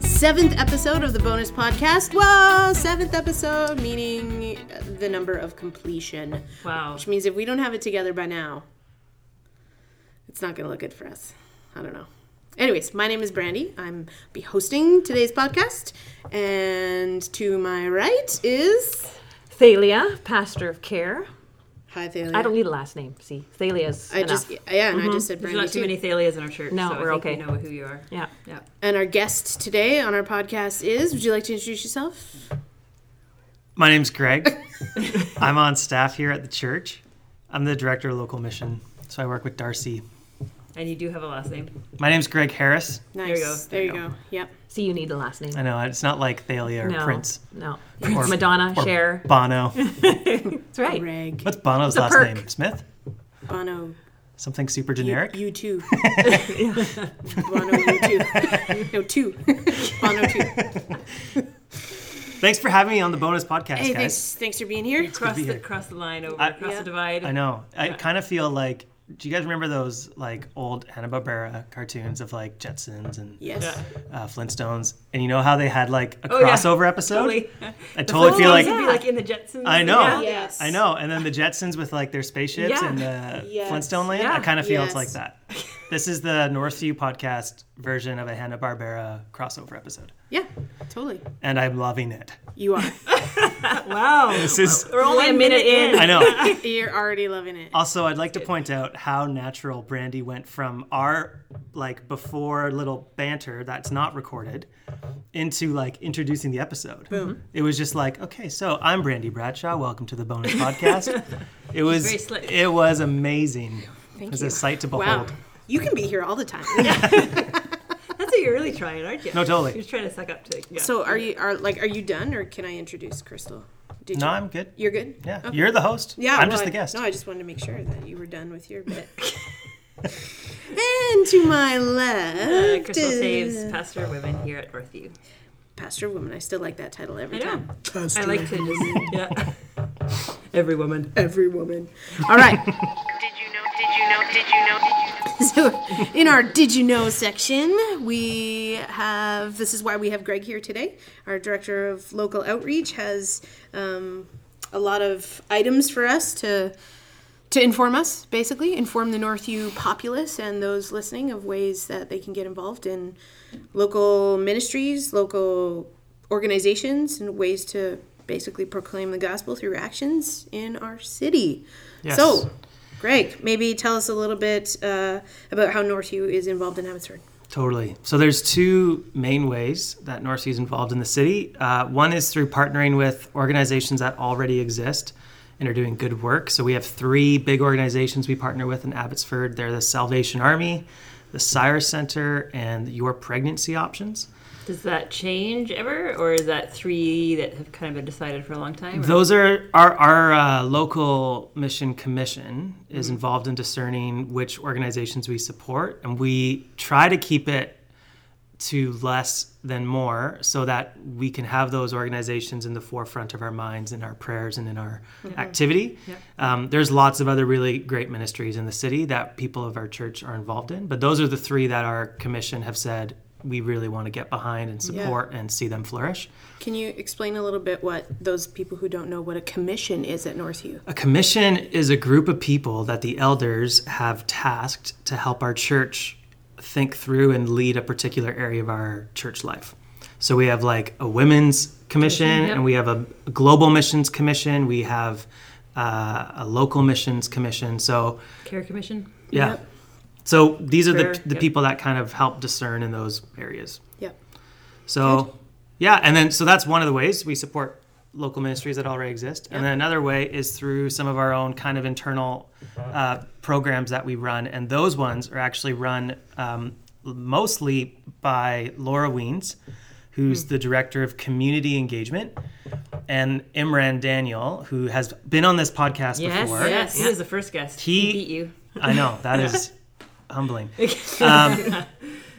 seventh episode of the bonus podcast. Well, seventh episode, meaning the number of completion, Wow. which means if we don't have it together by now, it's not going to look good for us. I don't know. Anyways, my name is Brandy. I'm be hosting today's podcast, and to my right is Thalia, pastor of care. Hi Thalia. I don't need a last name. See, Thalia's I enough. just yeah, and I just said There's Brandy not too. too many Thalias in our church. No, so we're I think okay. We know who you are. yeah. Yeah. And our guest today on our podcast is. Would you like to introduce yourself? My name's Greg. I'm on staff here at the church. I'm the director of local mission, so I work with Darcy. And you do have a last name. My name's Greg Harris. Nice. go. There you go. Yep. See, you need a last name. I know it's not like Thalia or No. Uh, Prince No. or Madonna, or Cher. Bono. That's right. Greg, What's Bono's a last perk. name? Smith? Bono, Something super you, generic. you too. Bono, you too. No, two. Bono, two. Hey, Thanks for having me on the bonus podcast, guys. thanks, thanks for being here. Cross be the here. cross the line over, I- cross Yeah. the divide. I know. I kind of feel like. Do you guys remember those like old Hanna Barbera cartoons of like Jetsons and Yes. Yeah. uh, Flintstones? And you know how they had like a Oh, yeah. crossover episode? Totally. Oh, I totally feel like would be like in the Jetsons. I know. Yeah. Yes. I know. And then the Jetsons with like their spaceships Yeah. and the Yes. Flintstone land. Yeah. I kind of feel Yes. it's like that. This is the Northview podcast version of a Hanna Barbera crossover episode, Yeah, totally. and I'm loving it. You are. Wow. This is. We're only a One minute minute in. I know. You're already loving it. Also, I'd like to point out how natural Brandy went from our like before little banter that's not recorded into like introducing the episode. Boom. It was just like, okay, so I'm Brandy Bradshaw. Welcome to the bonus podcast. it was very slick. it was amazing. Thank it was you. a sight to behold. Wow. You can be here all the time. That's what you're really trying, aren't you? No, totally. You're just trying to suck up to. Yeah. So are you are like are you done or can I introduce Crystal? Did No, you? I'm good. You're good. Yeah, Okay. you're the host. Yeah, I'm well, just I- the guest. No, I just wanted to make sure that you were done with your bit. and to my uh, left, Crystal is Saves, pastor of women here at Northview. Pastor of Women. I still like that title every I time. know. I like to just. Yeah. Every woman. Every woman. All right. Did you know? Did you know? Did you know? Did you know? so in our did you know section we have this is why we have greg here today our director of local outreach has um, a lot of items for us to to inform us basically inform the northview populace and those listening of ways that they can get involved in local ministries local organizations and ways to basically proclaim the gospel through actions in our city Yes. so Greg, maybe tell us a little bit uh, about how Northview is involved in Abbotsford. Totally. So there's two main ways that Northview is involved in the city. Uh, one is through partnering with organizations that already exist and are doing good work. So we have three big organizations we partner with in Abbotsford. They're the Salvation Army, the Sire Center, and Your Pregnancy Options. Does that change ever, or is that three that have kind of been decided for a long time? or- Those are our our uh, local mission commission is Mm-hmm. involved in discerning which organizations we support, and we try to keep it to less than more, so that we can have those organizations in the forefront of our minds, in our prayers, and in our Mm-hmm. activity. Um, there's lots of other really great ministries in the city that people of our church are involved in, but those are the three that our commission have said we really want to get behind and support and see them flourish. Can you explain a little bit what those people who don't know what a commission is at Northview? A commission is a group of people that the elders have tasked to help our church think through and lead a particular area of our church life. So we have like a women's commission, and we have a global missions commission, we have uh, a local missions commission. So, Care Commission. yeah. Yep. So these are Prayer, the, the yep. people that kind of help discern in those areas. Yep. So, yeah, and then so that's one of the ways we support local ministries that already exist, and then another way is through some of our own kind of internal uh, programs that we run, and those ones are actually run um, mostly by Laura Weens, who's the director of community engagement, and Imran Daniel, who has been on this podcast before. yes. He was the first guest. He- beat you. I know that is humbling. Um,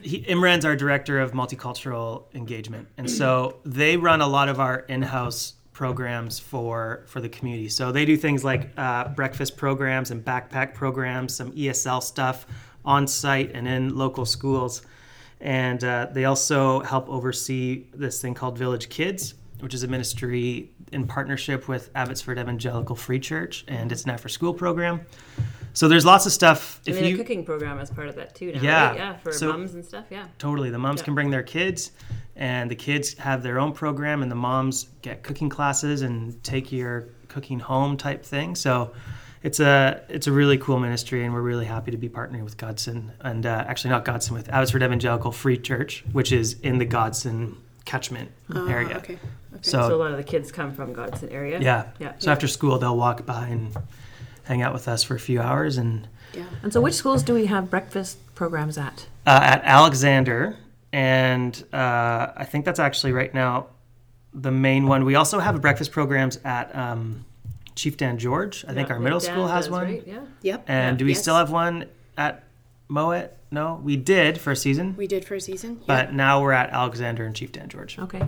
he, Imran's our director of multicultural engagement, and so they run a lot of our in-house programs for for the community. So they do things like uh, breakfast programs E and backpack programs, some ESL stuff on site and in local schools. And uh, they also help oversee this thing called Village Kids, which is a ministry in partnership with Abbotsford Evangelical Free Church, and it's an after school program. So there's lots of stuff. I If mean, you a cooking program is part of that too now. Yeah. Right? Yeah. For So- mums and stuff. Yeah. Totally. The moms can bring their kids, and the kids have their own program, and the moms get cooking classes and take your cooking home type thing. So it's a it's a really cool ministry, and we're really happy to be partnering with Godson, and uh, actually not Godson with Abbotsford Evangelical Free Church, which is in the Godson catchment Oh, area. Oh, okay. So, So a lot of the kids come from Godson area. Oh. yeah. Yeah. So after school, they'll walk by and hang out with us for a few hours, and Yeah. And so, which schools do we have breakfast programs at? uh, at Alexander, and uh, I think that's actually right now the main one. We also have breakfast programs at um, Chief Dan George. I think Yeah, our middle Dan school has does, one. Right? Yeah. Yep. And do we Yes. still have one at Moet? No, we did for a season, we did for a season. Yeah. but now we're at Alexander and Chief Dan George. Okay.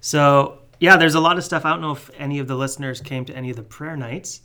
So yeah, there's a lot of stuff. I don't know if any of the listeners came to any of the prayer nights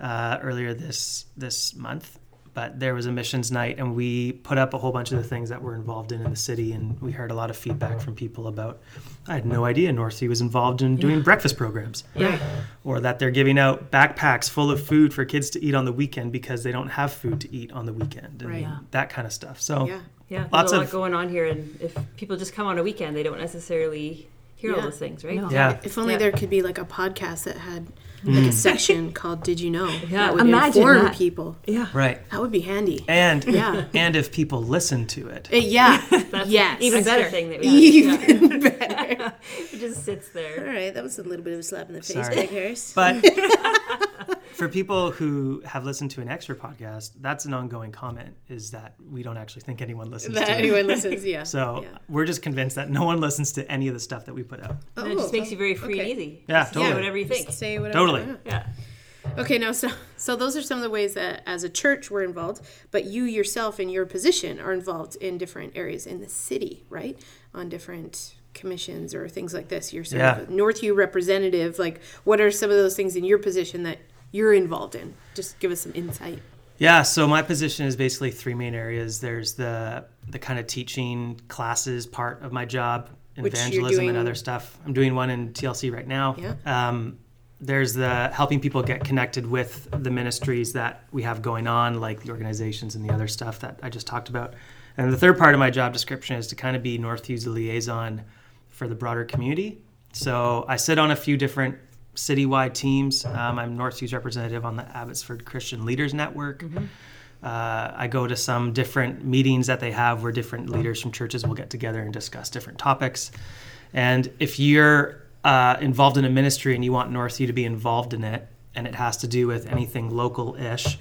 uh, earlier this this month, but there was a missions night, and we put up a whole bunch of the things that we're involved in in the city, and we heard a lot of feedback from people about. I had no idea North Sea was involved in doing breakfast programs, Yeah. or that they're giving out backpacks full of food for kids to eat on the weekend because they don't have food to eat on the weekend, and Right. Yeah. that kind of stuff. So Yeah. Yeah. There's Lots a lot of- going on here, and if people just come on a weekend, they don't necessarily hear all Yeah. those things, right? No. yeah. Mm. If only Yeah. there could be like a podcast that had like a section called "Did You Know?" that would Imagine inform that. people. Yeah. right. That would be handy. And Yeah. and if people listen to it. Uh, yeah. yes. Even better thing that we have. Yeah. Even better. It just sits there. All right, that was a little bit of a slap in the face, Sorry. Greg Harris. But for people who have listened to an extra podcast, that's an ongoing comment is that we don't actually think anyone listens that to it. anyone listens, yeah. So yeah. we're just convinced that no one listens to any of the stuff that we put out. Oh, And it just makes you very free okay. and easy. Yeah, Just say totally. whatever you think. Just say whatever. Totally. Yeah. Yeah. Okay, now so so those are some of the ways that as a church we're involved, but you yourself in your position are involved in different areas in the city, right? On different commissions or things like this. You're sort of a Yeah. Northview representative. Like, what are some of those things in your position that you're involved in? Just give us some insight. Yeah, so my position is basically three main areas. There's the the kind of teaching classes part of my job, Which you're evangelism doing- and other stuff. I'm doing one in TLC right now. Yeah. Um, there's the helping people get connected with the ministries that we have going on, like the organizations and the other stuff that I just talked about. And the third part of my job description is to kind of be Northview's liaison for the broader community. So I sit on a few different citywide teams. Um, I'm Northview's representative on the Abbotsford Christian Leaders Network. Uh, I go to some different meetings that they have where different leaders from churches will get together and discuss different topics. And if you're uh, involved in a ministry and you want Northview to be involved in it, and it has to do with anything local ish,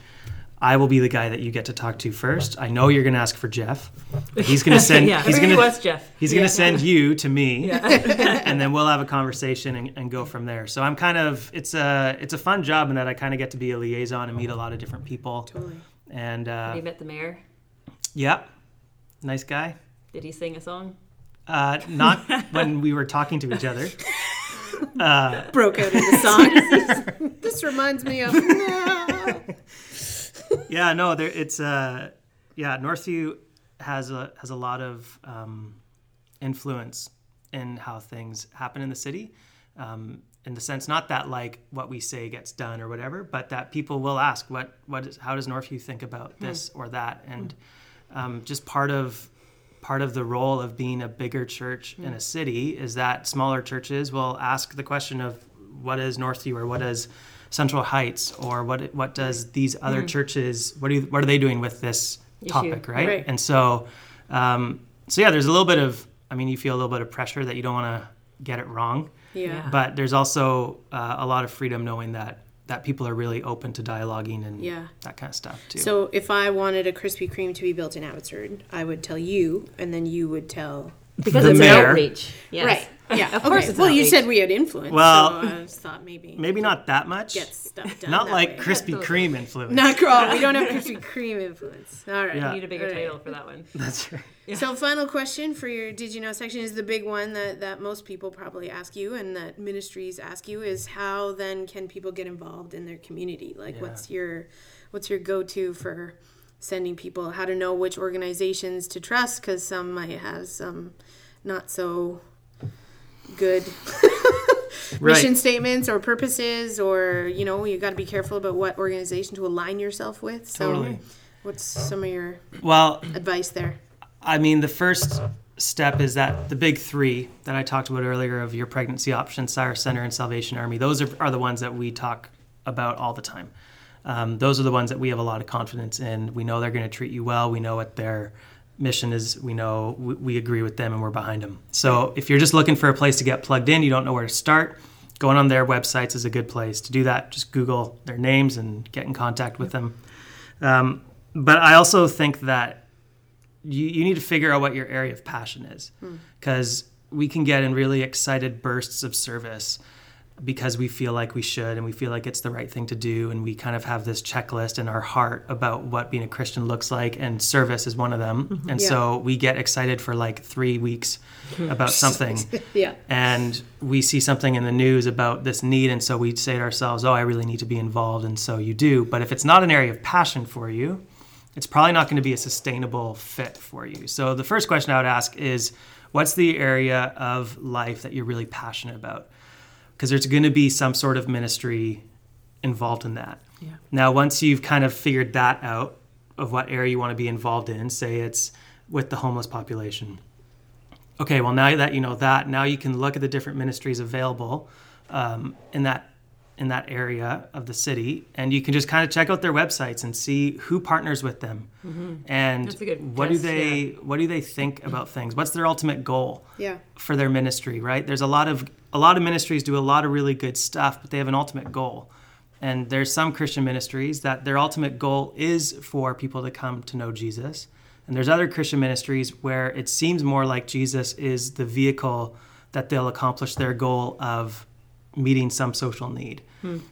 I will be the guy that you get to talk to first. I know you're going to ask for Jeff. He's going to send. Yeah. He's Everybody going wants to. Jeff. He's going to send you to me, and then we'll have a conversation and, and go from there. So I'm kind of it's a it's a fun job in that I kind of get to be a liaison and meet a lot of different people. Totally. And uh, You met the mayor. yeah, nice guy. Did he sing a song? Uh, not when we were talking to each other. Broke out into song. this reminds me of. No. Yeah, no, there it's uh, yeah, Northview has a has a lot of um, influence in how things happen in the city. Um, in the sense, not that like what we say gets done or whatever, but that people will ask what what is how does Northview think about this or that, and um, just part of part of the role of being a bigger church in a city is that smaller churches will ask the question of what is Northview or what is Central Heights or what what does these other churches what do what are they doing with this topic right? Right. and so um, so yeah there's a little bit of I mean you feel a little bit of pressure that you don't want to get it wrong Yeah. but there's also uh, a lot of freedom knowing that that people are really open to dialoguing and Yeah. that kind of stuff too So if I wanted a Krispy Kreme to be built in Abbotsford, I would tell you, and then you would tell. Because The it's mayor. outreach. Yes. Right. Yeah. of course it's well, you outreach. said we had influence. Well- so I just thought maybe, maybe not that much get stuff done. not that like way. Krispy Kreme influence Not crawl. We don't have Krispy Kreme influence. All right. Yeah. You need a bigger All right. title for that one. That's right. So, final question for your Did You Know section is the big one that, that most people probably ask you and that ministries ask you is how then can people get involved in their community? Like, what's your what's your go to for sending people how to know which organizations to trust because some might have some not so good Right. mission statements or purposes or you know you got to be careful about what organization to align yourself with so Totally. what's some of your Well, advice there I mean, the first step is that the big three that I talked about earlier of your pregnancy option, Cyrus Center, and Salvation Army, those are, are the ones that we talk about all the time. Um, those are the ones that we have a lot of confidence in. We know they're going to treat you well. We know what their mission is. We know we, we agree with them and we're behind them. So if you're just looking for a place to get plugged in, you don't know where to start, going on their websites is a good place to do that. Just Google their names and get in contact with them. Um, but I also think that you, you need to figure out what your area of passion is because we can get in really excited bursts of service because we feel like we should and we feel like it's the right thing to do and we kind of have this checklist in our heart about what being a christian looks like and service is one of them and Yeah. so we get excited for like three weeks about something yeah and we see something in the news about this need and so we say to ourselves oh i really need to be involved and so you do but if it's not an area of passion for you it's probably not going to be a sustainable fit for you so the first question i would ask is what's the area of life that you're really passionate about because there's going to be some sort of ministry involved in that Yeah. now, once you've kind of figured that out of what area you want to be involved in, say it's with the homeless population. Okay, well, now that you know that, now you can look at the different ministries available um, in that in that area of the city, and you can just kind of check out their websites and see who partners with them, and Mm-hmm. That's a good what test, do they what do they think about things? What's their ultimate goal? yeah for their ministry, right? There's a lot of a lot of ministries do a lot of really good stuff, but they have an ultimate goal. And there's some Christian ministries that their ultimate goal is for people to come to know Jesus. And there's other Christian ministries where it seems more like Jesus is the vehicle that they'll accomplish their goal of meeting some social need.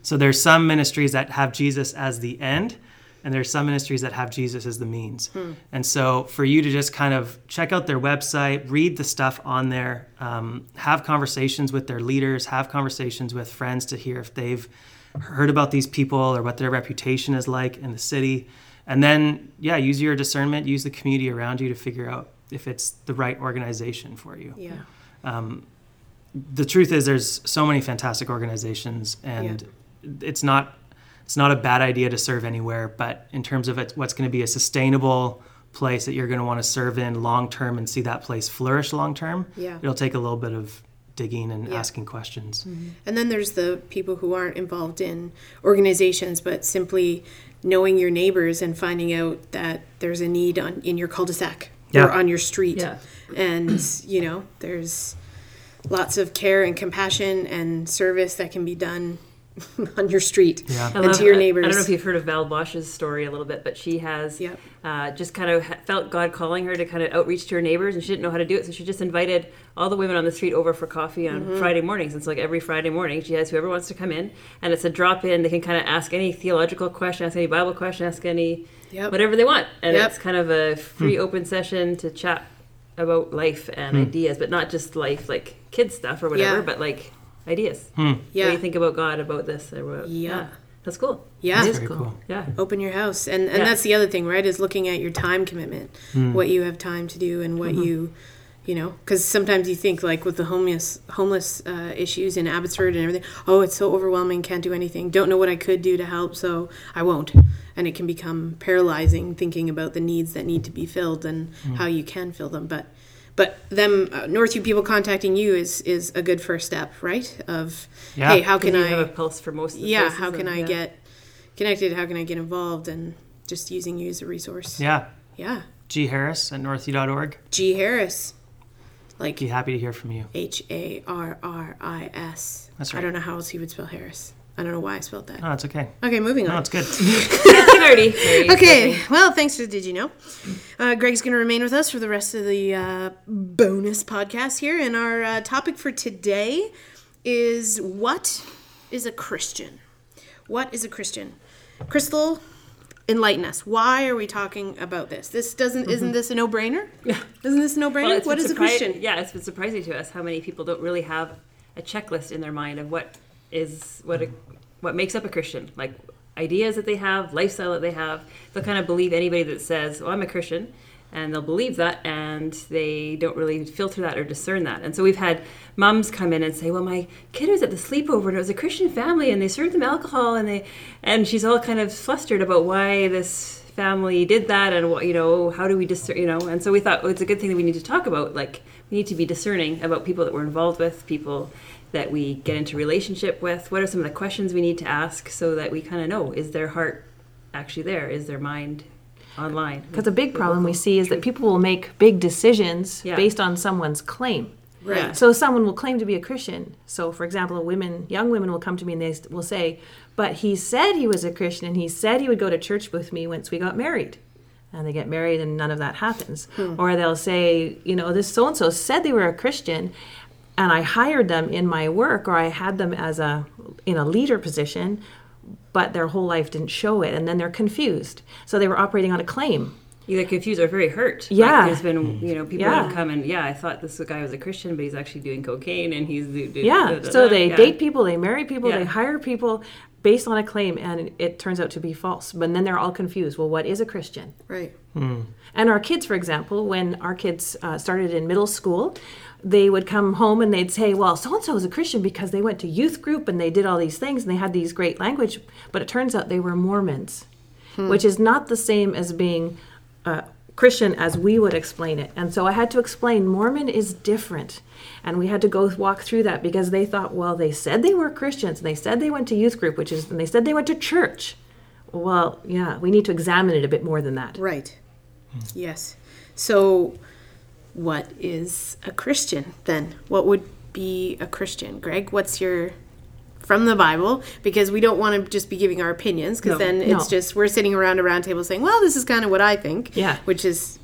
So there's some ministries that have Jesus as the end, and there's some ministries that have Jesus as the means. And so for you to just kind of check out their website, read the stuff on there, um, have conversations with their leaders, have conversations with friends to hear if they've heard about these people or what their reputation is like in the city. And then, yeah, use your discernment, use the community around you to figure out if it's the right organization for you yeah the truth is there's so many fantastic organizations and it's not it's not a bad idea to serve anywhere but in terms of it, what's going to be a sustainable place that you're going to want to serve in long term and see that place flourish long term Yeah. it'll take a little bit of digging and Yeah. asking questions And then there's the people who aren't involved in organizations, but simply knowing your neighbors and finding out that there's a need on in your cul-de-sac Yeah. or on your street, Yeah. and you know there's lots of care and compassion and service that can be done on your street Yeah. I and love- to your I, neighbors. don't know if you've heard of Val Bosch's story a little bit, but she has Yep. uh, just kind of ha- felt God calling her to kind of outreach to her neighbors, and she didn't know how to do it, so she just invited all the women on the street over for coffee on Mm-hmm. Friday mornings. And so, like every Friday morning, she has whoever wants to come in, and it's a drop in. They can kind of ask any theological question, ask any Bible question, ask any Yep. whatever they want, and Yep. it's kind of a free open session to chat about life and ideas, but not just life like kids stuff or whatever, Yeah. but like ideas. yeah, What do you think about God about this? Or what, Yeah. That's cool. yeah. It is very cool, cool. Yeah. open your house and and Yeah. Mm. that's the other thing right is looking at your time commitment what you have time to do and Mm-hmm. what you you know because sometimes you think like with the homeless homeless uh, issues in abbotsford and everything oh it's so overwhelming can't do anything don't know what i could do to help so i won't and it can become paralyzing thinking about the needs that need to be filled and Mm. how you can fill them but but them uh, northview people contacting you is is a good first step right of Yeah. hey how can you i have a pulse for most of the yeah places how can and- i yeah. get connected how can i get involved and just using you as a resource yeah yeah g harris at northview.org g harris like be happy to hear from you h-a-r-r-i-s That's i right. don't know how else he would spell harris i don't know why i spelled that no it's okay okay moving on no it's good Nerdy. Nerdy. okay well thanks for did you know uh, greg's going to remain with us for the rest of the uh, bonus podcast here and our uh, topic for today is what is a christian what is a christian crystal enlighten us why are we talking about this this doesn't isn't this a no-brainer yeah isn't this a Mm-hmm. Well, no-brainer it's what been is a surpri- christian Yeah, it's been surprising to us how many people don't really have a checklist in their mind of what is what a, what makes up a Christian. Like ideas that they have, lifestyle that they have. They'll kind of believe anybody that says, "Oh, I'm a Christian." And they'll believe that, and they don't really filter that or discern that. And so we've had moms come in and say, "Well, my kid was at the sleepover, and it was a Christian family, and they served them alcohol, and they," and she's all kind of flustered about why this family did that and what you know how do we discern you know and so we thought well, it's a good thing that we need to talk about like we need to be discerning about people that we're involved with people that we get into relationship with what are some of the questions we need to ask so that we kind of know is their heart actually there is their mind online Because a big problem we see is that people will make big decisions Yeah. based on someone's claim. Right. So someone will claim to be a Christian. So, for example, women, young women, will come to me and they s- will say, "But he said he was a Christian, and he said he would go to church with me once we got married." And they get married, and none of that happens. Or they'll say, "You know, this so and so said they were a Christian, and I hired them in my work, or I had them as a in a leader position, but their whole life didn't show it, and then they're confused. So they were operating on a claim." either confused or very hurt Like, Yeah. there's been you know people Yeah. have come and yeah i thought this guy was a christian but he's actually doing cocaine and he's do- do- da- Yeah. da- So da. they Yeah. date people, they marry people, Yeah. they hire people based on a claim, and it turns out to be false. But then they're all confused. Well, what is a Christian? Right. And our kids, for example, when our kids uh, started in middle school, they would come home and they'd say, Well, so and so is a Christian because they went to youth group and they did all these things and they had these great language. But it turns out they were Mormons, which is not the same as being uh, Christian as we would explain it. And so I had to explain Mormon is different. And we had to go walk through that because they thought, Well, they said they were Christians and they said they went to youth group, which is, and they said they went to church. Well, yeah, we need to examine it a bit more than that. Right. Yes. So, what is a Christian then? What would be a Christian, Greg? What's your from the Bible? Because we don't want to just be giving our opinions, because No. then it's No. just we're sitting around a round table saying, "Well, this is kind of what I think," Yeah. Mm-hmm. which is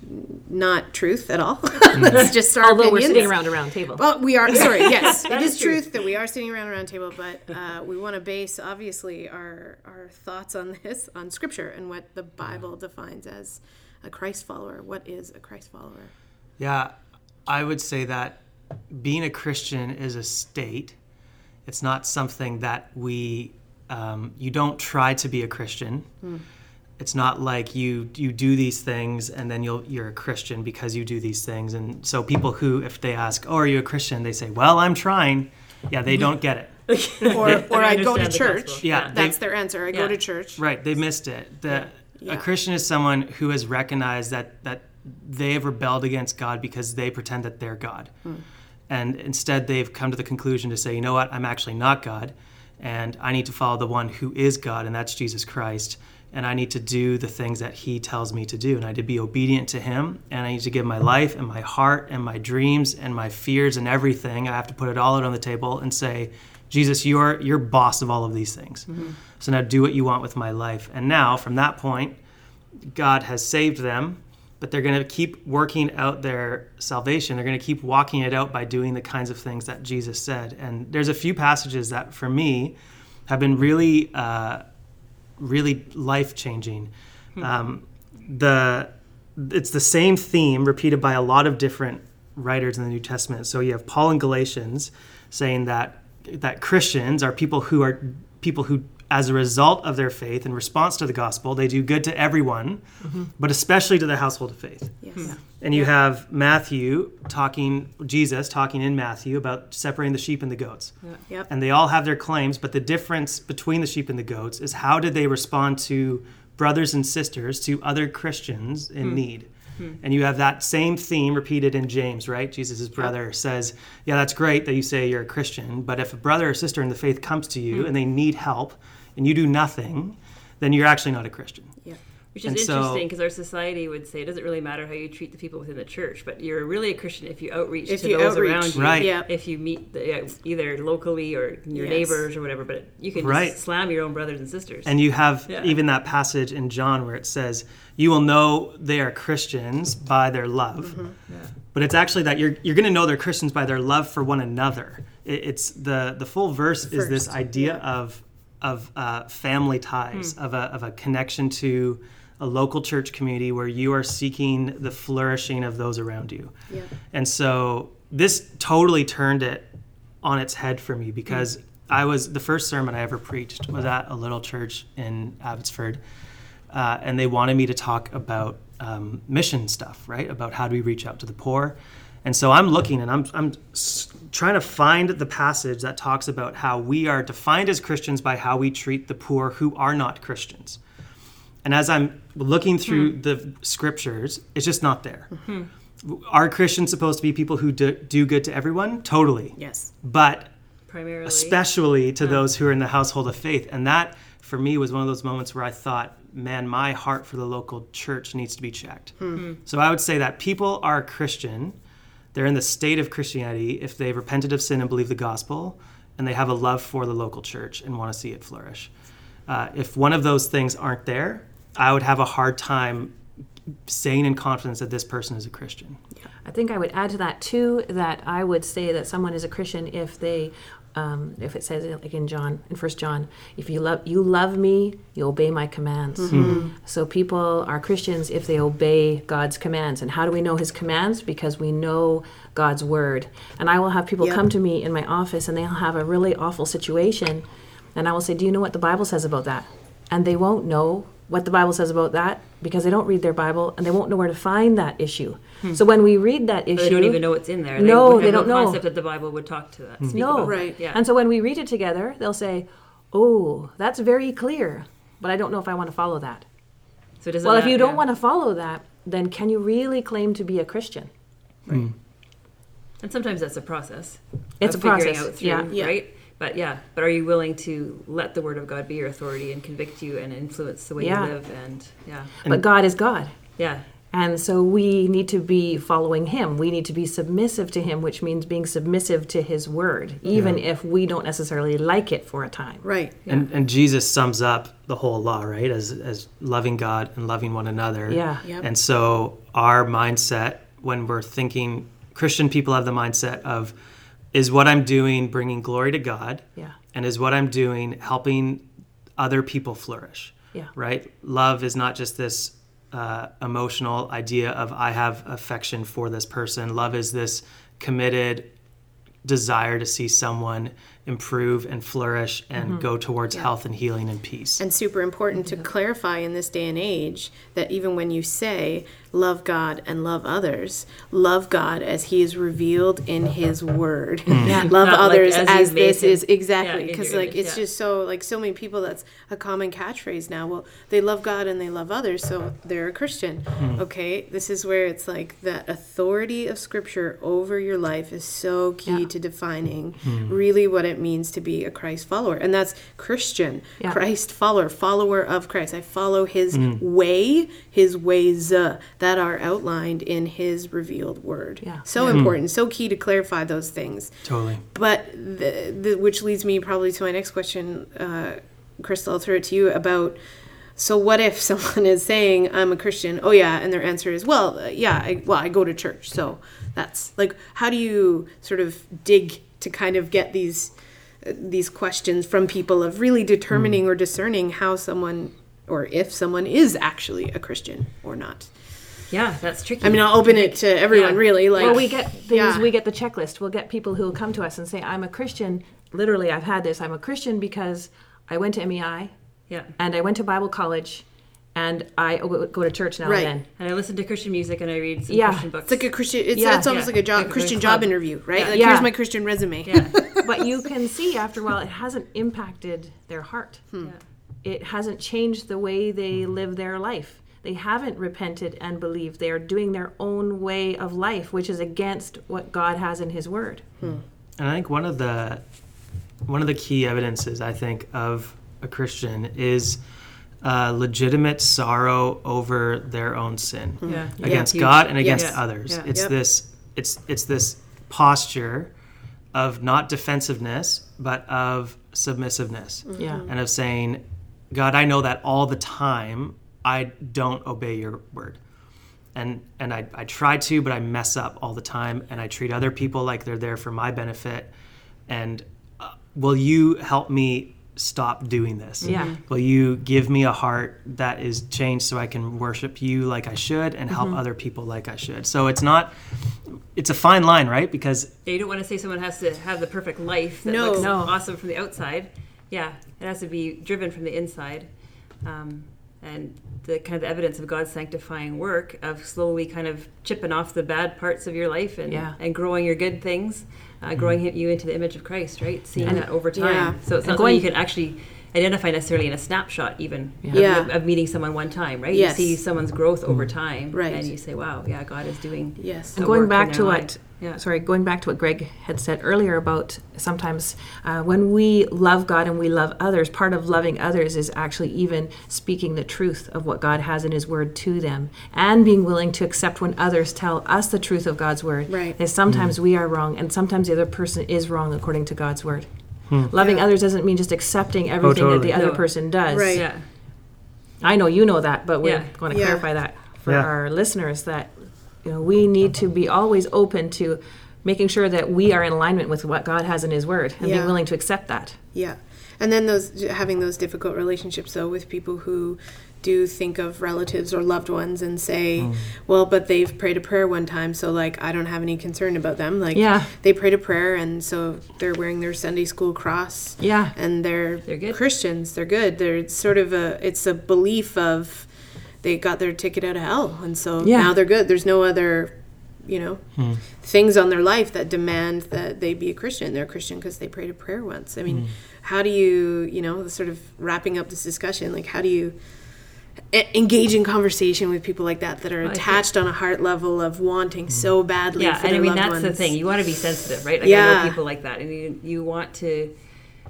not truth at all. That's just our Although we're opinions. sitting around a round table. Well, we are. Sorry, yes, it is is truth that we are sitting around a round table, but uh, we want to base obviously our our thoughts on this on Scripture and what the Bible defines as a Christ follower. What is a Christ follower? Yeah, I would say that being a Christian is a state. It's not something that we um, you don't try to be a Christian. It's not like you you do these things and then you'll you're a Christian because you do these things. And so people who if they ask, "Oh, are you a Christian?" they say, "Well, I'm trying." Yeah, they don't get it. Or or I go to understand the church. gospel. Yeah, that's they- their answer. I Yeah. go to church. Right, they missed it. The, Yeah. A Christian is someone who has recognized that that they have rebelled against God because they pretend that they're God, Hmm. and instead they've come to the conclusion to say, you know what, I'm actually not God, and I need to follow the one who is God, and that's Jesus Christ, and I need to do the things that He tells me to do, and I need to be obedient to Him, and I need to give my life and my heart and my dreams and my fears and everything. I have to put it all out on the table and say, Jesus, you're you're boss of all of these things. So now do what you want with my life. And now from that point, God has saved them, but they're going to keep working out their salvation. They're going to keep walking it out by doing the kinds of things that Jesus said. And there's a few passages that for me have been really uh, really life changing. Um, the it's the same theme repeated by a lot of different writers in the New Testament. So you have Paul in Galatians saying that that Christians are people who are people who as a result of their faith in response to the gospel they do good to everyone but especially to the household of faith Yes. and you have matthew talking jesus talking in matthew about separating the sheep and the goats Yep. and they all have their claims, but the difference between the sheep and the goats is how did they respond to brothers and sisters, to other Christians in need? And you have that same theme repeated in James, right? Jesus' brother says, Yeah, that's great that you say you're a Christian, but if a brother or sister in the faith comes to you and they need help and you do nothing, then you're actually not a Christian. Yep. Which is And so- interesting because our society would say it doesn't really matter how you treat the people within the church, but you're really a Christian if you outreach If to you those outreach. around you. Right. Yep. If you meet the, uh, either locally or your Yes. neighbors or whatever, but you can Right. just slam your own brothers and sisters. And you have Yeah. even that passage in John where it says, "You will know they are Christians by their love." But it's actually that you're you're going to know they're Christians by their love for one another. It, it's the the full verse is this First, idea of of uh, family ties, of a of a connection to a local church community where you are seeking the flourishing of those around you. Yep. And so this totally turned it on its head for me because I was the first sermon I ever preached was at a little church in Abbotsford, uh, and they wanted me to talk about um, mission stuff, right? About how do we reach out to the poor, and so I'm looking and I'm I'm s- trying to find the passage that talks about how we are defined as Christians by how we treat the poor who are not Christians, and as I'm looking through the scriptures, it's just not there. Are Christians supposed to be people who do, do good to everyone? Totally, Yes. but primarily. especially to those who are in the household of faith. And that, for me, was one of those moments where I thought, man, my heart for the local church needs to be checked. So I would say that people are Christian, they're in the state of Christianity if they repented of sin and believe the gospel, and they have a love for the local church and want to see it flourish. Uh, if one of those things aren't there, I would have a hard time saying in confidence that this person is a Christian. I think I would add to that too that I would say that someone is a Christian if they, um, if it says it like in John, in First John, if you love you love me, you obey my commands. Hmm. So people are Christians if they obey God's commands. And how do we know His commands? Because we know God's word. And I will have people Yep. come to me in my office, and they'll have a really awful situation, and I will say, "Do you know what the Bible says about that?" And they won't know what the Bible says about that because they don't read their Bible and they won't know where to find that issue. So when we read that issue, Hmm. They don't even know what's in there. No, would have they don't know. Concept that the Bible would talk to that. speak No, about that. Right. Yeah. And so when we read it together, they'll say, "Oh, that's very clear, but I don't know if I want to follow that." So it doesn't Well, if you don't want want to follow that, then can you really claim to be a Christian? And sometimes that's a process. It's of a figuring process, Out through, yeah. Yeah. Right. But yeah. But are you willing to let the word of God be your authority and convict you and influence the way Yeah. you live? And yeah. but God is God. Yeah. And so we need to be following him. We need to be submissive to him, which means being submissive to his word, even if we don't necessarily like it for a time. Right. And, and Jesus sums up the whole law, right? As as loving God and loving one another. Yeah. Yep. And so our mindset when we're thinking Christian people have the mindset of is what I'm doing bringing glory to God? Yeah. And is what I'm doing helping other people flourish? Yeah. Right? Love is not just this uh, emotional idea of I have affection for this person. Love is this committed desire to see someone improve and flourish and go towards health and healing and peace. And super important Mm-hmm. to clarify in this day and age that even when you say love God and love others, love God as He is revealed in His Word. love Not like others as as, you've made this him. is exactly Yeah, in because your like image, it's yeah. just so like so many people that's a common catchphrase now. Well, they love God and they love others, so they're a Christian. Okay, this is where it's like that authority of Scripture over your life is so key Yeah. to defining really what it means to be a Christ follower, and that's Christian. Yeah. Christ follower, follower of Christ. I follow his way, his ways uh, that are outlined in his revealed word. Yeah. So important, so key to clarify those things. Totally. But the, the which leads me probably to my next question, uh, Crystal. I'll throw it to you about. So what if someone is saying I'm a Christian? Oh yeah, and their answer is well, uh, yeah, I, well I go to church. So that's like, how do you sort of dig to kind of get these uh, these questions from people of really determining or discerning how someone or if someone is actually a Christian or not? Yeah. That's tricky. I mean, I'll open it to everyone Yeah. really. Like, Well, we get things, Yeah. we get the checklist. We'll get people who will come to us and say, I'm a Christian. Literally, I've had this. I'm a Christian because I went to MEI yeah. and I went to Bible college and I go go to church now Right. and then. And I listen to Christian music and I read some Yeah. Christian books. It's like a Christian. It's, Yeah. it's almost Yeah. like a job, Like a Christian club. job interview, right? Like Yeah. here's my Christian resume. yeah. but you can see after a while it hasn't impacted their heart. Hmm. It hasn't changed the way they live their life. They haven't repented and believed. They are doing their own way of life, which is against what God has in His Word. And I think one of the one of the key evidences I think of a Christian is uh, legitimate sorrow over their own sin Mm-hmm. Yeah. against Huge. God and against Yes. others. Yeah. It's Yep. this it's it's this posture of not defensiveness but of submissiveness Mm-hmm. Yeah. and of saying, God, I know that all the time I don't obey your word. And and I, I try to, but I mess up all the time and I treat other people like they're there for my benefit. And uh, will you help me stop doing this. Yeah. Will you give me a heart that is changed so I can worship you like I should and Mm-hmm. help other people like I should? So it's not, it's a fine line, right? Because Yeah, you don't want to say someone has to have the perfect life that No. looks No. awesome from the outside. Yeah, it has to be driven from the inside. Um, and the kind of the evidence of God's sanctifying work of slowly kind of chipping off the bad parts of your life and, Yeah. and growing your good things, uh, growing you into the image of Christ, right? Seeing that over time. Mm-hmm. Yeah. So it's And not something you going- can actually identify necessarily in a snapshot even of- Yeah. of, meeting someone one time, right? Yes. You see someone's growth over time Right. and you say, wow, yeah, God is doing Yes. a And work going in back their to life. what Yeah. sorry going back to what greg had said earlier about sometimes uh, when we love god and we love others part of loving others is actually even speaking the truth of what god has in his word to them and being willing to accept when others tell us the truth of god's word Right. that sometimes we are wrong and sometimes the other person is wrong according to god's word loving others doesn't mean just accepting everything that totally. the other No. person does Right. Yeah. I know you know that, but we're Yeah. going to Yeah. clarify that for Yeah. our listeners that you know we need to be always open to making sure that we are in alignment with what God has in His Word and Yeah. being willing to accept that. Yeah, and then those having those difficult relationships though with people who do think of relatives or loved ones and say, "Well, but they've prayed a prayer one time, so like I don't have any concern about them." Like, Yeah. they prayed a prayer, and so they're wearing their Sunday school cross. Yeah. and they're they're good. Christians. They're good. They're it's sort of a it's a belief of they got their ticket out of hell, and so Yeah. now they're good. There's no other. You know, things on their life that demand that they be a Christian. They're a Christian because they prayed a prayer once. I mean, how do you, you know, sort of wrapping up this discussion, like how do you e- engage in conversation with people like that that are think- attached on a heart level of wanting so badly yeah for and their i mean loved that's the ones? thing you want to be sensitive right like i Yeah. know people like that and you, you want to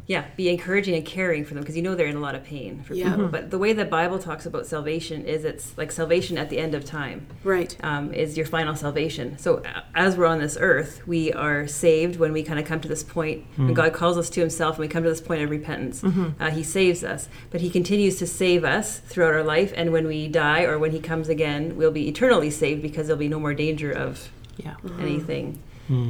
yeah be encouraging and caring for them because you know they're in a lot of pain for Yeah. Mm-hmm. people but the way the bible talks about salvation is it's like salvation at the end of time Right. um, is your final salvation. So a- as we're on this earth, we are saved when we kind of come to this point. Hmm. When God calls us to Himself, and we come to this point of repentance, Mm-hmm. uh, He saves us. But He continues to save us throughout our life, and when we die or when He comes again, we'll be eternally saved because there'll be no more danger of Yeah. Mm. anything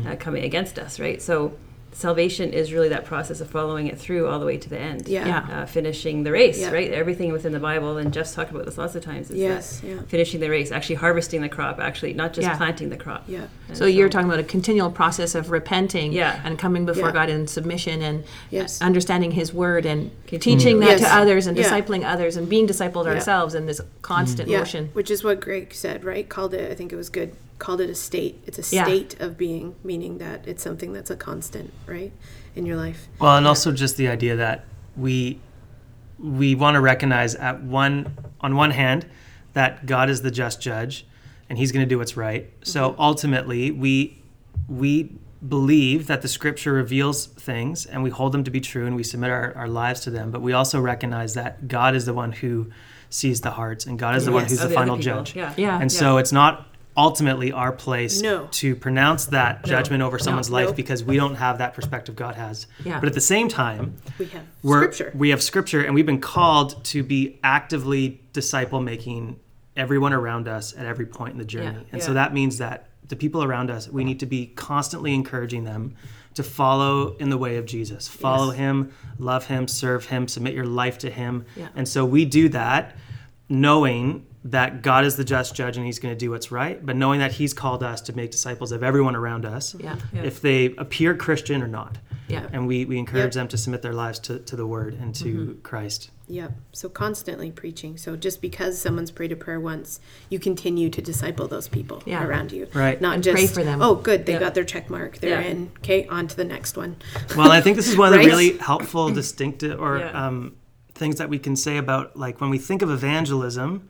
uh, coming against us, right? So salvation is really that process of following it through all the way to the end. Yeah. Yeah. Uh, finishing the race, Yeah. right? Everything within the Bible, and Jeff's talked about this lots of times. Is Yes, that yeah. finishing the race, actually harvesting the crop, actually not just Yeah. planting the crop. Yeah. And So you're talking about a continual process of repenting Yeah. and coming before Yeah. God in submission and Yes. understanding His Word and teaching Yes. that to others and Yeah. discipling others and being discipled ourselves in this constant Yeah, motion. which is what Greg said, right? Called it, I think it was good, called it a state. It's a Yeah. state of being, meaning that it's something that's a constant, right, in your life. Well, and also just the idea that we we want to recognize at one on one hand that God is the just judge and he's going to do what's right. So ultimately, we we believe that the scripture reveals things and we hold them to be true and we submit our, our lives to them, but we also recognize that God is the one who sees the hearts and God is the one Yes. who's Of the, other final people, judge. Yeah. Yeah. And so it's not ultimately our place No. to pronounce that judgment over someone's life No. because we don't have that perspective God has. Yeah. But at the same time, We have we're, scripture. we have scripture and we've been called to be actively disciple making everyone around us at every point in the journey. Yeah. And Yeah. so that means that the people around us, we need to be constantly encouraging them to follow in the way of Jesus. Follow him, love him, serve him, submit your life to him. Yeah. And so we do that knowing that God is the just judge and he's going to do what's right, but knowing that he's called us to make disciples of everyone around us, Yeah. if they appear Christian or not. Yeah. Mm-hmm. And we, we encourage Yep. them to submit their lives to, to the word and to Christ. Yep. So constantly preaching. So just because someone's prayed a prayer once, you continue to disciple those people Yeah. around you. Right. Not And just pray for them. Oh, good. They Yeah. got their check mark. They're Yeah. in. Okay. On to the next one. Well, I think this is one of the Right? really helpful, distinctive, or Yeah. um, things that we can say about like when we think of evangelism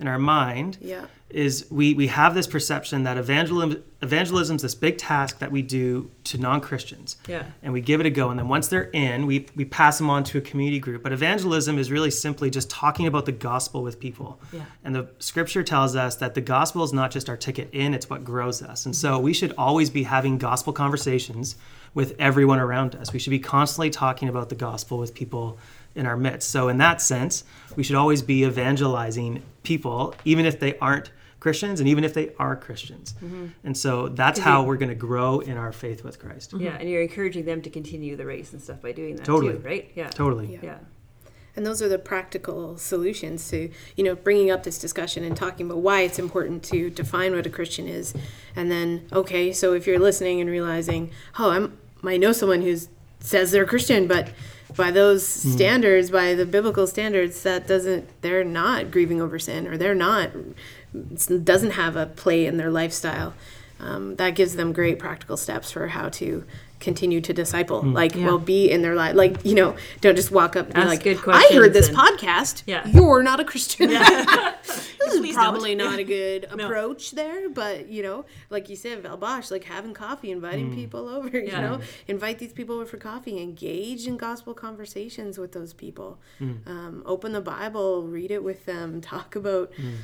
in our mind. Yeah. Is we, we have this perception that evangelism evangelism's this big task that we do to non Christians. Yeah. And we give it a go, and then once they're in, we we pass them on to a community group. But evangelism is really simply just talking about the gospel with people. Yeah. And the scripture tells us that the gospel is not just our ticket in, it's what grows us. And so we should always be having gospel conversations with everyone around us. We should be constantly talking about the gospel with people in our midst. So, in that sense, we should always be evangelizing people, even if they aren't Christians, and even if they are Christians. And so that's how we're going to grow in our faith with Christ. Yeah, and you're encouraging them to continue the race and stuff by doing that Totally. too, right? Yeah. Totally. Yeah. And those are the practical solutions to, you know, bringing up this discussion and talking about why it's important to define what a Christian is. And then, okay, so if you're listening and realizing, oh, I'm, I know someone who says they're a Christian, but by those standards, by the biblical standards, that doesn't, they're not grieving over sin or they're not, it doesn't have a play in their lifestyle. Um, that gives them great practical steps for how to continue to disciple. Like, well, be in their life. Like, you know, don't just walk up and be Ask like, good I heard this questions and- podcast. Yeah. You're not a Christian. this is don't. probably not a good approach there, but you know, like you said, Valbosh, like having coffee, inviting people over, you Mm. Yeah. know, invite these people over for coffee, engage in gospel conversations with those people. Mm. Um, open the Bible, read it with them, talk about Mm.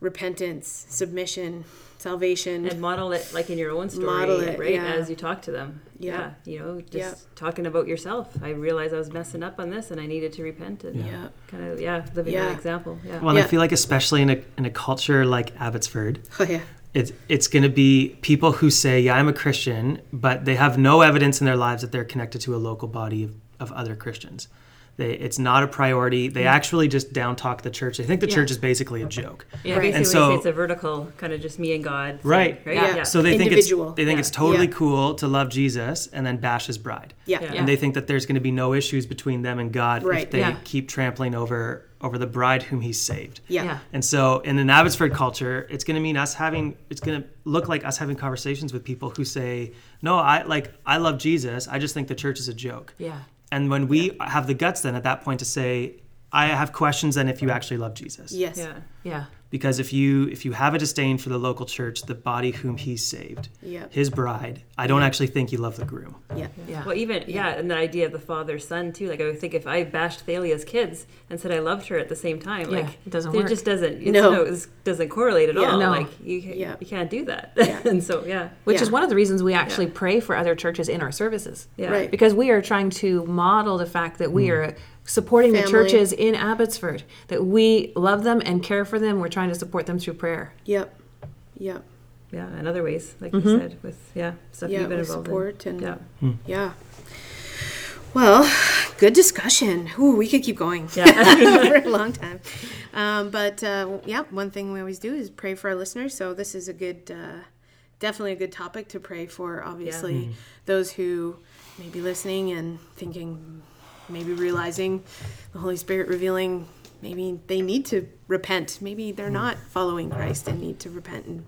repentance, submission, salvation. And model it like in your own story, Model it, right? yeah. As you talk to them. Yeah. You know, just Yeah. talking about yourself. I realized I was messing up on this and I needed to repent and yeah. kind of, yeah, living Yeah. that example. Yeah. Well, Yeah. I feel like especially in a, in a culture like Abbotsford, Oh yeah. it's it's going to be people who say, "Yeah, I'm a Christian," but they have no evidence in their lives that they're connected to a local body of, of other Christians. They, it's not a priority. They actually just down talk the church. They think the church is basically a joke. yeah, Right. basically And we so- say it's a vertical kind of just me and God. thing, Right. Right. Yeah. Yeah. So they think it's Individual. they think Yeah. it's totally Yeah. cool to love Jesus and then bash his bride. Yeah. Yeah. And they think that there's going to be no issues between them and God Right. if they Yeah. keep trampling over over the bride whom he saved. Yeah. Yeah. And so, in an Abbotsford culture, it's going to mean us having, it's going to look like us having conversations with people who say, no, I like, I love Jesus. I just think the church is a joke. Yeah. And when we have the guts then at that point to say, I have questions then if you actually love Jesus. Yes. Yeah. Yeah. Because if you, if you have a disdain for the local church, the body whom he saved, Yeah. his bride, I don't actually think you love the groom. Yeah. Yeah. Well, even yeah, and the idea of the father son too. Like I would think if I bashed Thalia's kids and said I loved her at the same time, Yeah, like it doesn't It work. just doesn't. It's, No. no, it doesn't correlate at all. No. Like you, ca- Yeah. you can't do that. and so yeah, Which Yeah. is one of the reasons we actually pray for other churches in our services. yeah, Right. because we are trying to model the fact that we are supporting the Hmm. Family. churches in Abbotsford, that we love them and care for them. We're trying to support them through prayer. Yep. Yep. yeah, and other ways, like you said, with yeah stuff Mm-hmm. Yeah, you've been with involved support in. and yeah, Yeah. Well, good discussion. Ooh, we could keep going for a long time. Um, but uh, yeah, one thing we always do is pray for our listeners. So this is a good, uh, definitely a good topic to pray for. Obviously, those who may be listening and thinking, maybe realizing the Holy Spirit revealing, maybe they need to repent. Maybe they're not following Christ and need to repent and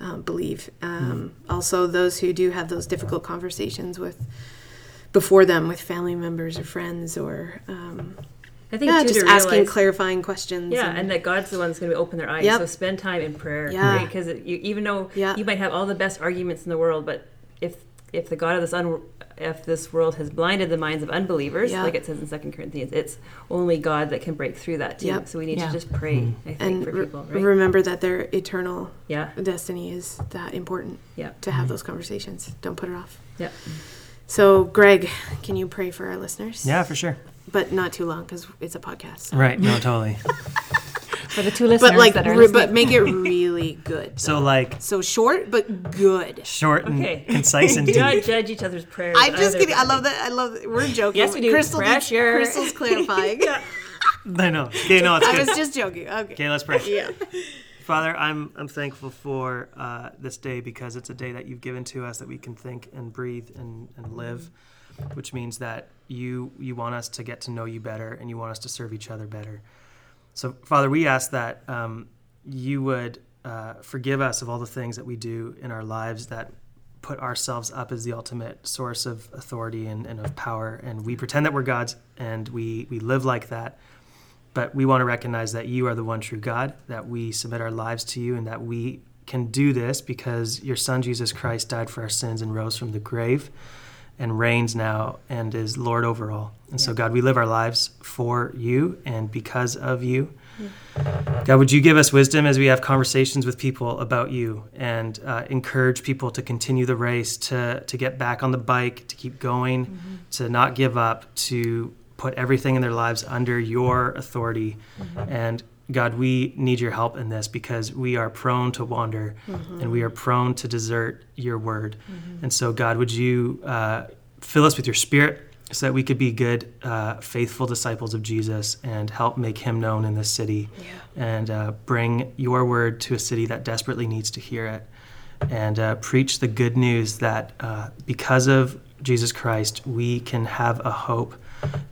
um, believe. Um, Also, those who do have those difficult conversations with before them with family members or friends or um, I think yeah, too, just to asking realize- clarifying questions. Yeah, and- and that God's the one that's going to open their eyes. Yep. So spend time in prayer, Yeah. Because you, even though Yeah. you might have all the best arguments in the world, but if if the God of this un, if this world has blinded the minds of unbelievers, Yeah. like it says in Second Corinthians, it's only God that can break through that too. Yep. Mm-hmm. So we need Yeah. to just pray, I think, and for re- people, right? remember that their eternal yeah, destiny is that important yeah, to have those conversations. Don't put it off. yeah. So, Greg, can you pray for our listeners? Yeah, for sure. but not too long because it's a podcast. Right. No, totally. For the two listeners But like, that are re- listening. but make it really good. so like So short, but good. short and Okay. concise and Do not deep. judge each other's prayers. I'm just either. kidding. I love that. I love that. We're joking. Yes, we do. Crystal did- Pressure. Crystal's clarifying. I know. Okay, no, it's I good. was just joking. Okay. Okay, let's pray. Yeah. Father, I'm I'm thankful for uh, this day because it's a day that you've given to us that we can think and breathe and, and live, which means that you you want us to get to know you better and you want us to serve each other better. So, Father, we ask that um, you would uh, forgive us of all the things that we do in our lives that put ourselves up as the ultimate source of authority and, and of power, and we pretend that we're gods and we we live like that but we want to recognize that you are the one true God, that we submit our lives to you, and that we can do this because your Son Jesus Christ died for our sins and rose from the grave and reigns now and is Lord over all. And so, God, we live our lives for you and because of you. God, would you give us wisdom as we have conversations with people about you and uh, encourage people to continue the race, to, to get back on the bike, to keep going, to not give up, to put everything in their lives under your authority and God, we need your help in this because we are prone to wander and we are prone to desert your word. And so, God, would you uh, fill us with your spirit so that we could be good, uh, faithful disciples of Jesus and help make him known in this city and uh, bring your word to a city that desperately needs to hear it and uh, preach the good news that uh, because of Jesus Christ, we can have a hope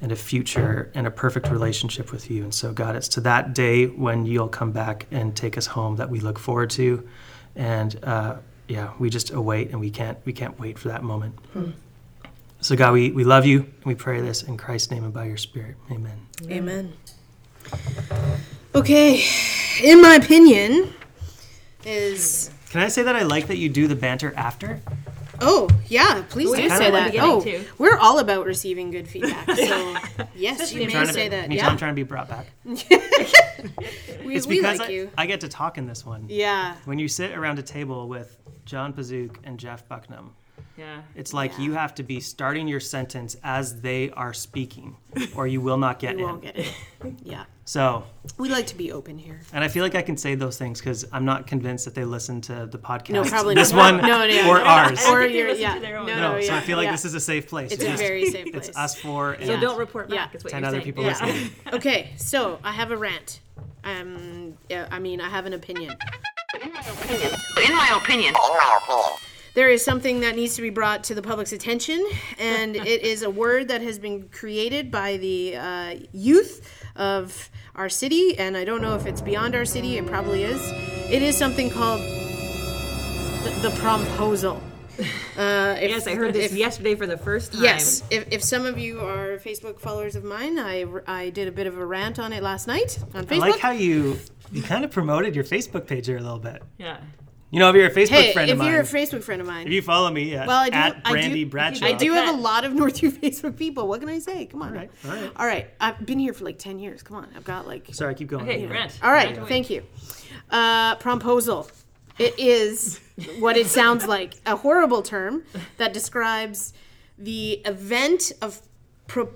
and a future and a perfect relationship with you. And so, God, it's to that day when you'll come back and take us home that we look forward to. And uh, yeah, we just await and we can't we can't wait for that moment. So, God, we, we love you and we pray this in Christ's name and by your Spirit. Amen. Amen. Okay, in my opinion, is Can I say that I like that you do the banter after? oh yeah, please do kinda say like that. beginning, Oh, too. we're all about receiving good feedback. So yes, you may Trying to be- say that. means Yeah, I'm trying to be brought back. we, It's we because like I, you. I get to talk in this one. Yeah, When you sit around a table with John Pazook and Jeff Bucknam, Yeah. it's like you have to be starting your sentence as they are speaking, or you will not get you in. won't get it. Yeah, So, we like to be open here. and I feel like I can say those things because I'm not convinced that they listen to the podcast. No, probably this not. one No, no, no, or no. ours. Or think they your listen yeah. to their own. No, No, no, so yeah, I feel like yeah. this is a safe place. It's a Just- very safe place. It's us four and Yeah. Don't report back. Yeah. Is what ten you're other saying. people Yeah. listening. Okay, so I have a rant. Um, yeah, I mean, I have an opinion. In my opinion. There is something that needs to be brought to the public's attention, and it is a word that has been created by the uh, youth of our city, and I don't know if it's beyond our city, it probably is. It is something called the, the promposal. Uh, if- Yes, I heard this yesterday for the first time. Yes, if, if some of you are Facebook followers of mine, I, I did a bit of a rant on it last night on I Facebook. like how you you kind of promoted your Facebook page here a little bit. Yeah. You know, if you're a Facebook hey, friend if of mine, you're a Facebook friend of mine, if you follow me at, Well, I do- at I do- Brandy I do- Bradshaw, I do have a that. lot of Northview Facebook people. What can I say? Come on. All right. all right. All right. I've been here for like 10 years. Come on. I've got like. Sorry, keep going. Okay, Yeah. Brent. All right. Thank you. Uh, promposal. It is what it sounds like a horrible term that describes the event of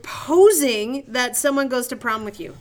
proposing that someone goes to prom with you.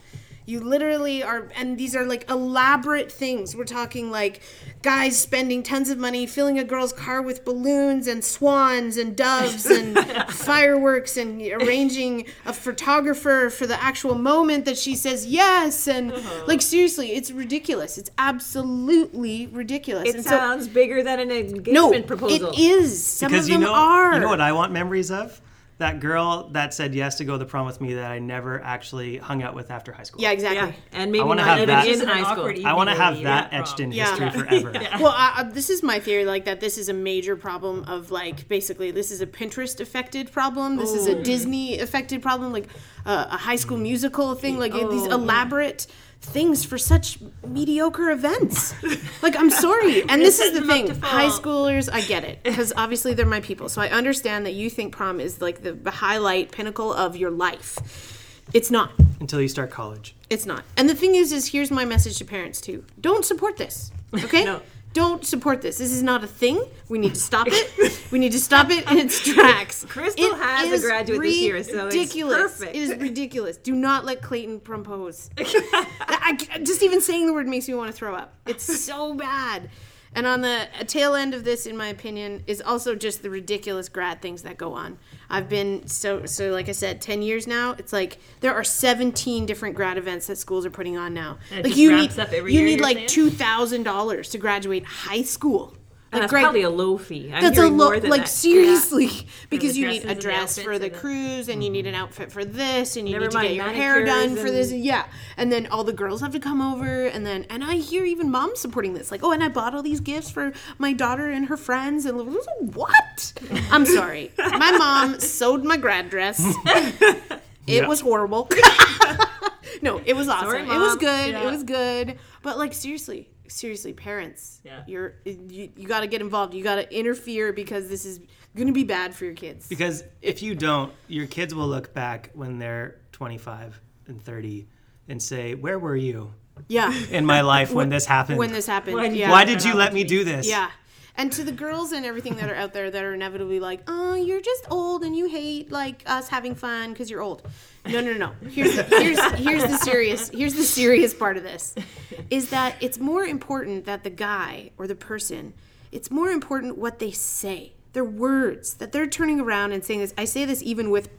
You literally are, and these are like elaborate things. We're talking like guys spending tons of money filling a girl's car with balloons and swans and doves and fireworks and arranging a photographer for the actual moment that she says yes. And Uh-huh. like, seriously, it's ridiculous. It's absolutely ridiculous. It and so- sounds bigger than an engagement proposal. it is. Some Because of you them know, are. you know what I want memories of? That girl that said yes to go to the prom with me that I never actually hung out with after high school. yeah, Yeah, exactly. and maybe I wanna not have even that. in An high awkward school. I want to evening when have you that were at etched prom. in Yeah. history forever. Well, I, I, this is my theory. Like that, this is a major problem of like basically this is a Pinterest affected problem. This is a Disney affected problem. Like uh, a High School Musical thing. Like these elaborate things for such mediocre events. like I'm sorry, and this is setting the them up thing. to High fall. schoolers, I get it because obviously they're my people. So I understand that you think prom is like the, the highlight pinnacle of your life. It's not. Until you start college. It's not. And the thing is, is here's my message to parents too. Don't support this. Okay. No. Don't support this. This is not a thing. We need to stop it. we need to stop it in its tracks. Crystal It has a is graduate this year, so it's ridiculous. perfect. It is ridiculous. Do not let Clayton propose. I, I- just even saying the word makes me want to throw up. It's so bad. And on the tail end of this, in my opinion, is also just the ridiculous grad things that go on. I've been so so like I said, ten years now. It's like there are seventeen different grad events that schools are putting on now. it like just you ramps need up every you year, need you're like saying? two thousand dollars to graduate high school. And Like, that's great. probably a low fee. I'm That's a hearing low, more than like that. seriously, because you dresses need a and the dress for outfits the and the- cruise, and Mm-hmm. you need an outfit for this, and you Never need to get mind your hair done manicures for this, and- yeah. And then all the girls have to come over, and then and I hear even moms supporting this, like, oh, and I bought all these gifts for my daughter and her friends, and what? I'm sorry, my mom sewed my grad dress. It Yeah. was horrible. no, it was awesome. Sorry, it was Mom. good. It Yeah. was good. But like seriously, seriously, parents, Yeah. you're you, you got to get involved. You got to interfere because this is going to be bad for your kids. Because if you don't, your kids will look back when they're 25 and 30 and say, Where were you yeah. in my life when this happened? When this happened. Why did- yeah. Why did you let me do this? Yeah. And to the girls and everything that are out there that are inevitably like, oh, you're just old and you hate like us having fun because you're old. No, no, no. Here's the, here's here's the serious here's the serious part of this, is that it's more important that the guy or the person, it's more important what they say, their words that they're turning around and saying this. I say this even with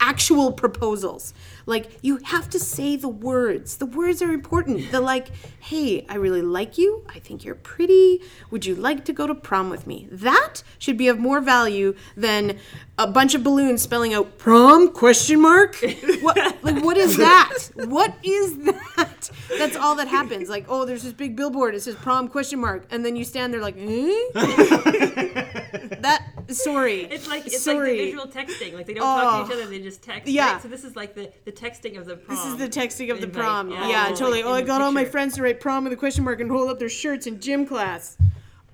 actual proposals. Like you have to say the words. The words are important. The like, hey, I really like you. I think you're pretty. Would you like to go to prom with me? That should be of more value than a bunch of balloons spelling out prom question mark. What like what is that? What is that? That's all that happens. Like, oh, there's this big billboard. It says prom question mark, and then you stand there like, eh? that. Sorry, It's like it's sorry. like the visual texting. Like they don't talk Oh. to each other; they just text. Yeah. Right? So this is like the, the texting of the prom. This is the texting of the Invite. prom. Yeah. Yeah, Oh, like totally. Oh, in I the got all my picture. friends to write prom with a question mark and hold up their shirts in gym class.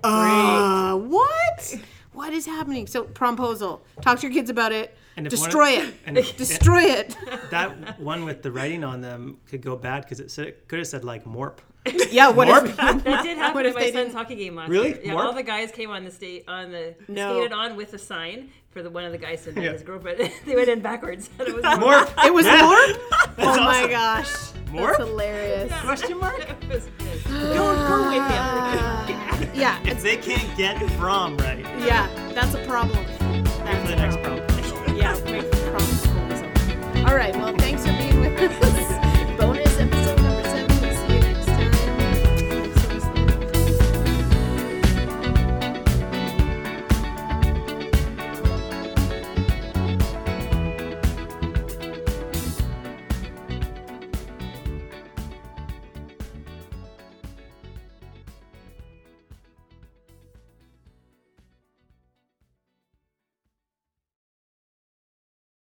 Uh, what? What is happening? So promposal. Talk to your kids about it. And if one- Destroy it. and if- Destroy it. That one with the writing on them could go bad because it said, could have said like morp. Yeah. What if- That did happen What at if my they son's didn't- hockey game last Really? year. Yeah, Mark? all the guys came on the state on the No. skated on with a sign for the one of the guys and Yeah. his girlfriend. they went in backwards. And it was Morp. it was Yeah. morp. oh my awesome. gosh. Morp? That's hilarious. Question mark? It was- Uh, Yeah. If they can't get prom right, Yeah. That's a problem. for the next prom. Yeah.